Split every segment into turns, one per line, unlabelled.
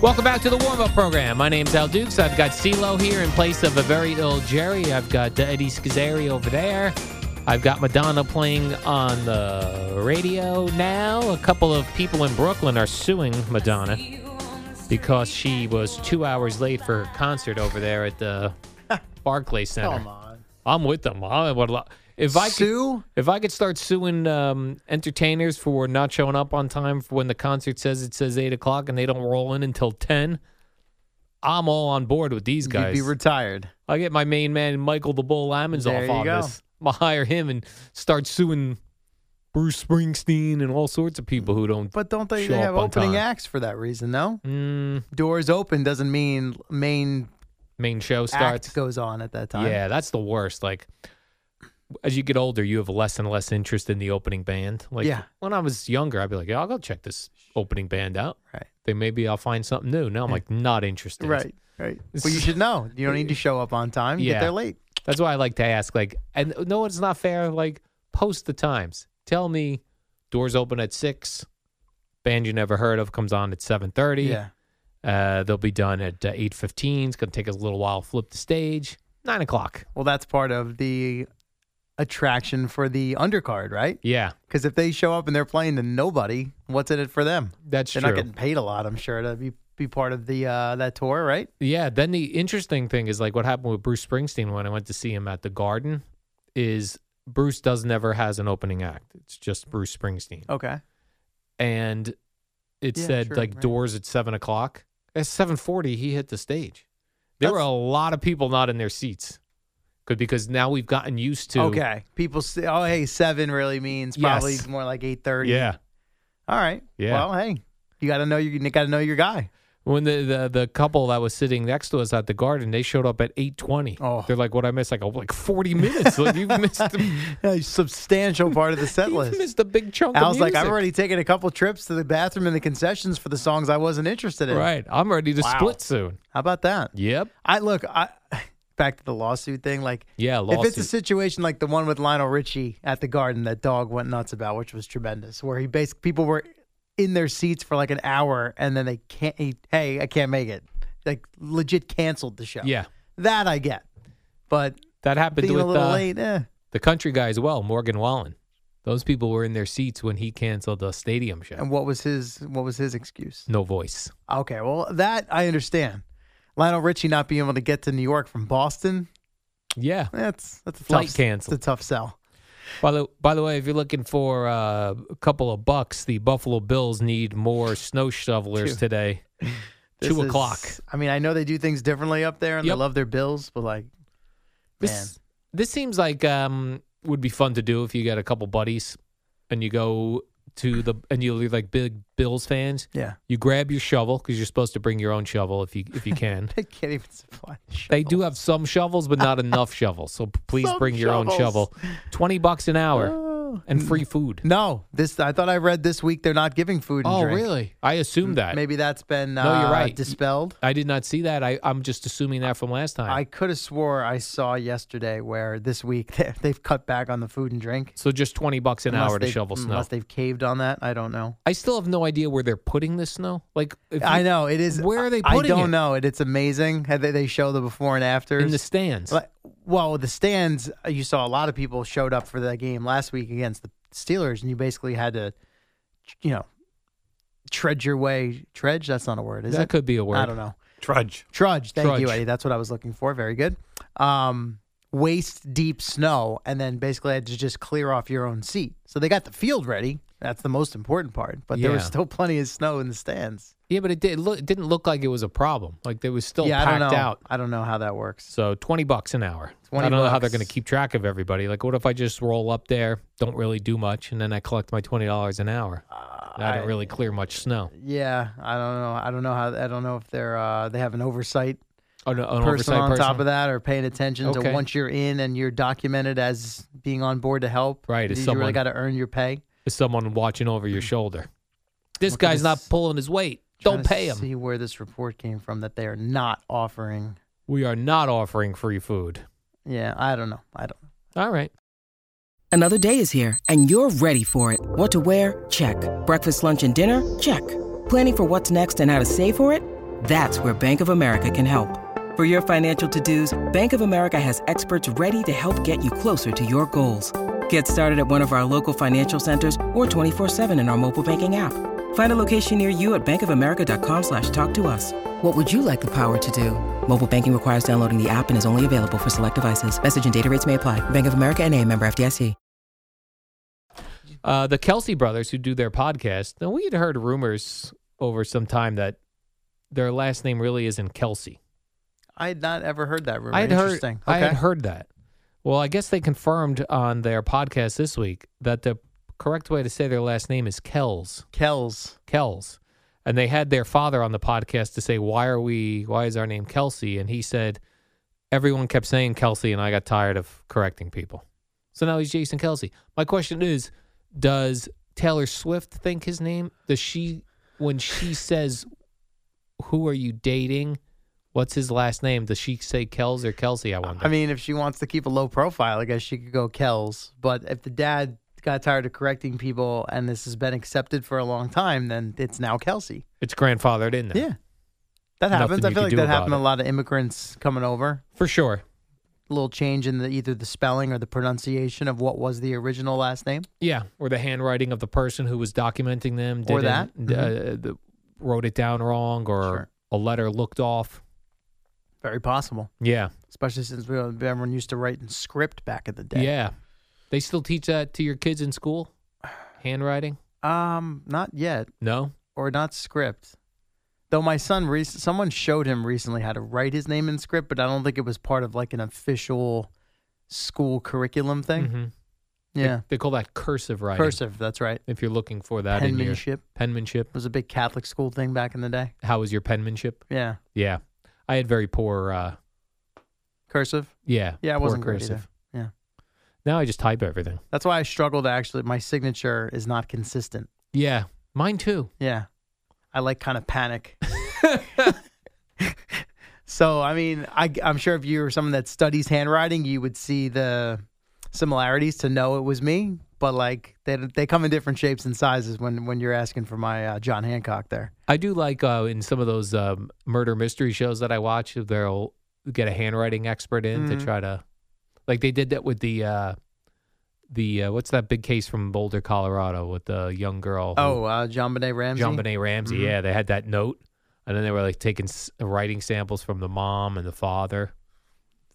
Welcome back to the warm up program. My name's Al Dukes. I've got CeeLo here in place of a very ill Jerry. I've got uh, Eddie Scazzeri over there. I've got Madonna playing on the radio now. A couple of people in Brooklyn are suing Madonna because she was two hours late for her concert over there at the Barclay Center.
Come on.
I'm with them. I would lo- if I
Sue?
could, if I could start suing um, entertainers for not showing up on time for when the concert says it says eight o'clock and they don't roll in until ten, I'm all on board with these guys.
You'd be retired.
I get my main man Michael the Bull Lamons
There
off
you
on
go.
this. I'm gonna hire him and start suing Bruce Springsteen and all sorts of people who don't.
But don't they,
show
they have
up on
opening
time.
acts for that reason, no?
Mm,
Doors open doesn't mean main
main show starts.
act goes on at that time.
Yeah, that's the worst. Like as you get older, you have less and less interest in the opening band. Like
Yeah.
when I was younger, I'd be like, yeah, I'll go check this opening band out.
Right.
Then maybe I'll find something new. Now I'm like not interested.
Right. Right. Well, you should know. You don't need to show up on time. You
Yeah.
Get there late.
That's why I like to ask like and no, it's not fair. Like post the times. Tell me doors open at 6. Band you never heard of comes on at 7:30.
Yeah.
Uh, they'll be done at uh, 8:15. It's going to take us a little while to flip the stage. 9 o'clock.
Well, that's part of the attraction for the undercard, right?
Yeah.
Because if they show up and they're playing to nobody, what's in it for them?
That's
They're
true.
not getting paid a lot, I'm sure, to be, be part of the uh, that tour, right?
Yeah. Then the interesting thing is like what happened with Bruce Springsteen when I went to see him at the Garden is Bruce does never has an opening act. It's just Bruce Springsteen,
Okay.
and it
Yeah,
said
true,
like
right.
doors at seven o'clock. At seven forty, he hit the stage. There were a
That's-
lot of people not in their seats, good because now we've gotten used to
Okay. People say, oh, hey, seven really means probably
Yes.
more like 8.30.
Yeah,
All right.
Yeah.
Well, hey, you got to know you got to know your guy.
when the, the the couple that was sitting next to us at the Garden, they showed up at eight twenty.
Oh.
They're like, "What I missed? Like, oh, like forty minutes? like you missed."
A substantial part of the set
you
list.
missed a big chunk.
I
of
was like, I've
music."
already taken a couple trips to the bathroom and the concessions for the songs I wasn't interested in.
Right. I'm ready to
Wow.
split soon.
How about that?
Yep.
I look. I back to the lawsuit thing. Like,
Yeah,
if it's a
lawsuit.
situation like the one with Lionel Richie at the Garden that dog went nuts about, which was tremendous, where he basically people were in their seats for like an hour and then they can't. He, hey, I can't make it. Like legit canceled the show.
Yeah.
that I get. But
That happened
being
with
a little
uh,
late, eh.
the country guy as well, Morgan Wallen. Those people were in their seats when he canceled the stadium show.
And what was his what was his excuse?
No voice.
Okay, well that I understand. Lionel Richie not being able to get to New York from Boston,
Yeah.
that's that's a
Flight
tough,
canceled.
It's a tough sell.
By the by the way, if you're looking for uh, a couple of bucks, the Buffalo Bills need more snow shovelers
Dude.
today.
This
Two
is-
o'clock.
I mean, I know they do things differently up there and
Yep.
they love their bills, but like man.
This this seems like um would be fun to do if you got a couple buddies and you go to the and you're like big Bills fans.
Yeah.
You grab your shovel because you're supposed to bring your own shovel if you if you can.
They can't even supply the show.
They do have some shovels, but not enough shovels. So p- please
Some
bring your own
shovels.
shovel. Twenty bucks an hour
Oh.
and free food.
No. This I thought I read this week they're not giving food and
oh,
drink.
really? I assumed that.
Mm, Maybe that's been
No, you're
uh,
right.
dispelled.
I did not see that. I, I'm just assuming that from last time.
I could have swore I saw yesterday where this week they- they've cut back on the food and drink.
so just twenty bucks an
Unless
hour to
they've-
shovel snow.
Unless they've caved on that, I don't know.
I still have no idea where they're putting this snow. Like, if
I
you-
know it is.
Where are they
I
putting
don't
it?
know. It it's amazing. How They, they show the before and after.
in the stands.
Like, Well, the stands, uh, you saw a lot of people showed up for that game last week against the Steelers, and you basically had to, you know, trudge your way. Trudge? That's not a word, is
that
it?
could be a word.
I don't know.
Trudge.
Trudge. Thank you,
Trudge.
Eddie. That's what I was looking for. Very good. Um, waist deep snow, and then basically had to just clear off your own seat. So they got the field ready. That's the most important part. But there was
Yeah.
still plenty of snow in the stands.
Yeah, but it did look, it didn't look like it was a problem. Like they was still
yeah, I
packed
don't know.
out.
I don't know how that works.
So twenty bucks an hour.
20
I don't know how
bucks.
they're going to keep track of everybody. Like, what if I just roll up there, don't really do much, and then I collect my twenty dollars an hour? I
Ah, I-
didn't really clear much snow.
Yeah, I don't know. I don't know how. I don't know if they're uh, they have an oversight
Oh, no, an
person
oversight
on
person.
top of that, or paying attention
Okay.
to once you're in and you're documented as being on board to help.
Right,
you
is
really
someone-
got to earn your pay.
Is someone watching over your shoulder. This
Look at
guy's not
this-
pulling his weight.
Trying
Don't
to
pay him.
See where this report came from that they are not offering.
We are not offering free food.
Yeah, I don't know. I don't.
All right.
Another day is here, and you're ready for it. What to wear? Check. Breakfast, lunch, and dinner? Check. Planning for what's next and how to save for it? That's where Bank of America can help. For your financial to dos, Bank of America has experts ready to help get you closer to your goals. Get started at one of our local financial centers or 24-7 in our mobile banking app. Find a location near you at bankofamerica.com slash talk to us. What would you like the power to do? Mobile banking requires downloading the app and is only available for select devices. Message and data rates may apply. Bank of America and a member FDIC.
Uh, the Kelsey brothers who do their podcast. Now we had heard rumors over some time that their last name really isn't Kelsey.
I had not ever heard that rumor.
I had heard.
Interesting.
I had heard that. Well, I guess they confirmed on their podcast this week that the correct way to say their last name is Kells.
Kells.
Kells. And they had their father on the podcast to say, "Why are we? Why is our name Kelsey?" And he said, "Everyone kept saying Kelsey, and I got tired of correcting people. So now he's Jason Kelsey." My question is, does Taylor Swift think his name? Does she, when she says, "Who are you dating?" What's his last name? Does she say Kells or Kelsey? I wonder.
I mean, if she wants to keep a low profile, I guess she could go Kells. But if the dad got tired of correcting people and this has been accepted for a long time, then it's now Kelsey.
it's grandfathered in there.
Yeah. That
Nothing
happens. I
you could
feel like
do
that
about
happened to
it.
a lot of immigrants coming over.
for sure.
A little change in the, either the spelling or the pronunciation of what was the original last name.
Yeah, or the handwriting of the person who was documenting them,
Or
didn't,
that. Mm-hmm.
d- uh, the- wrote it down wrong, or
Sure.
a letter looked off.
Very possible,
Yeah,
especially since we, everyone used to write in script back in the day.
yeah. They still teach that to your kids in school. Handwriting?
Um, not yet.
No.
or not script. Though my son, rec- someone showed him recently how to write his name in script, but I don't think it was part of like an official school curriculum thing.
Mhm.
Yeah,
They call that cursive writing.
cursive. That's right.
If you're looking for that in your
Penmanship
penmanship,
was a big Catholic school thing back in the day.
how is your penmanship?
Yeah,
Yeah, I had very poor. uh
cursive.
Yeah,
Yeah, I
poor
wasn't great
cursive.
either. Yeah,
Now I just type everything.
that's why I struggled. Actually, my signature is not consistent.
Yeah, mine too.
Yeah, I like kind of panic. so I mean, I, I'm sure if you were someone that studies handwriting, you would see the similarities to know it was me. But like they they come in different shapes and sizes when when you're asking for my uh, John Hancock there.
I do like uh, in some of those um, murder mystery shows that I watch, they'll get a handwriting expert in
Mm-hmm.
to try to, like they did that with the, uh, the uh, what's that big case from Boulder, Colorado, with the young girl? who-
Oh, uh, John Benet Ramsey. Mm-hmm.
John Benet Ramsey. Yeah, they had that note, and then they were like taking s- writing samples from the mom and the father.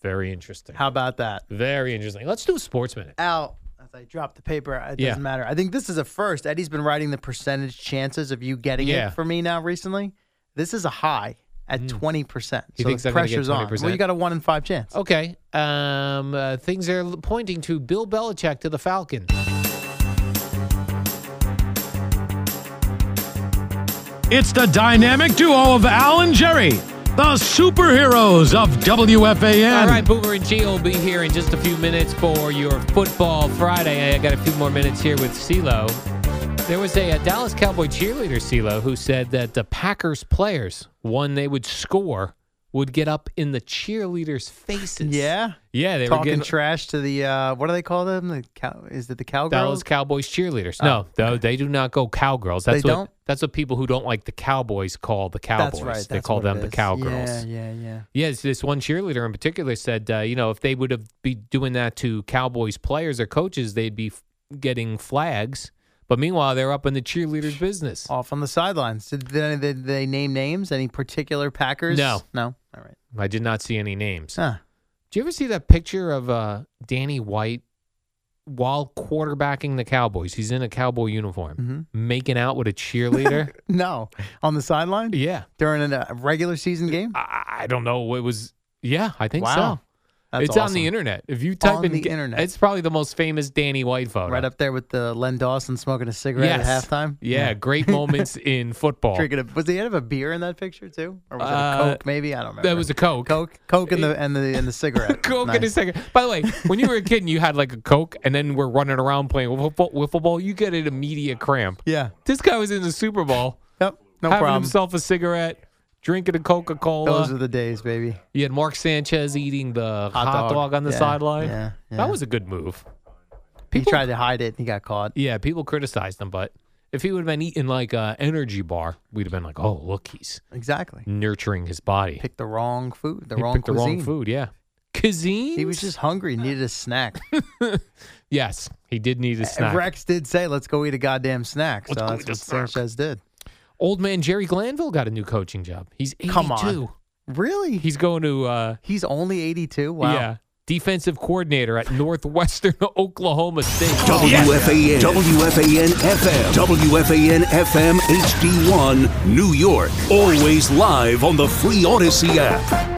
Very interesting.
How about that?
Very interesting. Let's do a sports minute.
Al, as I drop the paper, it
Yeah.
doesn't matter. I think this is a first. Eddie's been writing the percentage chances of you getting
Yeah. Mm.
it for me now recently. This is a high at twenty percent.
He
So
thinks
the
I'm gonna get Oh,
pressure's on.
20%?
Well, you got a one in five chance.
Okay. Um, uh, things are l- pointing to Bill Belichick to the Falcons.
It's the dynamic duo of Al and Jerry, the superheroes of E. WFAN.
All right, Boomer and G will be here in just a few minutes for your Football Friday. I got a few more minutes here with CeeLo. There was a, a Dallas Cowboy cheerleader, CeeLo, who said that the Packers players, one they would score, would get up in the cheerleaders' faces.
Yeah.
Yeah, they
Talking
were getting
trash to the uh, what do they call them? The cow? Is it the cowgirls?
Dallas Cowboys cheerleaders. No, no, they do not go cowgirls. That's
Oh, They
what
don't?
that's what people who don't like the Cowboys call the Cowboys.
That's right.
they
that's
call
what
them
it
the
is.
Cowgirls.
Yeah, yeah, yeah.
Yes, this one cheerleader in particular said, uh, you know, if they would have be doing that to Cowboys players or coaches, they'd be f- getting flags. But meanwhile, they're up in the cheerleaders' business.
Off on the sidelines. Did they, did they name names? Any particular Packers?
No.
No. All right.
I did not see any names.
Huh.
Do you ever see that picture of uh, Danny White while quarterbacking the Cowboys? He's in a cowboy uniform,
Mm-hmm.
making out with a cheerleader.
No. On the sideline
yeah,
during a regular season game.
I, I don't know. It was yeah, I think
Wow.
so.
That's
it's on the
awesome.
internet. If you type
On
in
the
ga-
internet.
it's probably the most famous Danny White photo.
Right up there with the Len Dawson smoking a cigarette
Yes.
at halftime.
Yeah, great moments in football.
Drinking a, was the end of a beer in that picture too, or was
Uh,
it a Coke? Maybe I don't remember.
That was a Coke.
Coke, Coke, and the and the and the cigarette.
Coke in a
Nice.
second. By the way, when you were a kid and you had like a Coke and then we're running around playing wiffle, wiffle ball, you get an immediate cramp.
Yeah.
This guy was in the Super Bowl,
Yep. No
having
problem.
himself a cigarette, drinking a Coca
Those
Cola.
are the days, baby.
you had Mark Sanchez eating the hot, dog.
dog.
on the
Yeah,
sideline.
yeah, yeah.
That was a good move.
He tried to hide it and he got caught.
Yeah, people criticized him, but if he would have been eating like an energy bar, we'd have been like, oh, look, he's
Exactly.
nurturing his body.
Picked the wrong food. The
he
wrong
picked
cuisine.
the wrong food, yeah. Cuisine?
He was just hungry. Needed a snack.
Yes, he did need a snack.
Rex did say, "Let's go eat a goddamn snack." So
Let's go
that's
eat a
what
snack.
Sanchez did.
Old man Jerry Glanville got a new coaching job. He's 82.
Come on. Really?
He's going to uh
He's only 82. Wow.
yeah, defensive coordinator at Northwestern Oklahoma State.
WFAN, WFAN FM, WFAN FM HD1, New York. Always live on the free Odyssey app.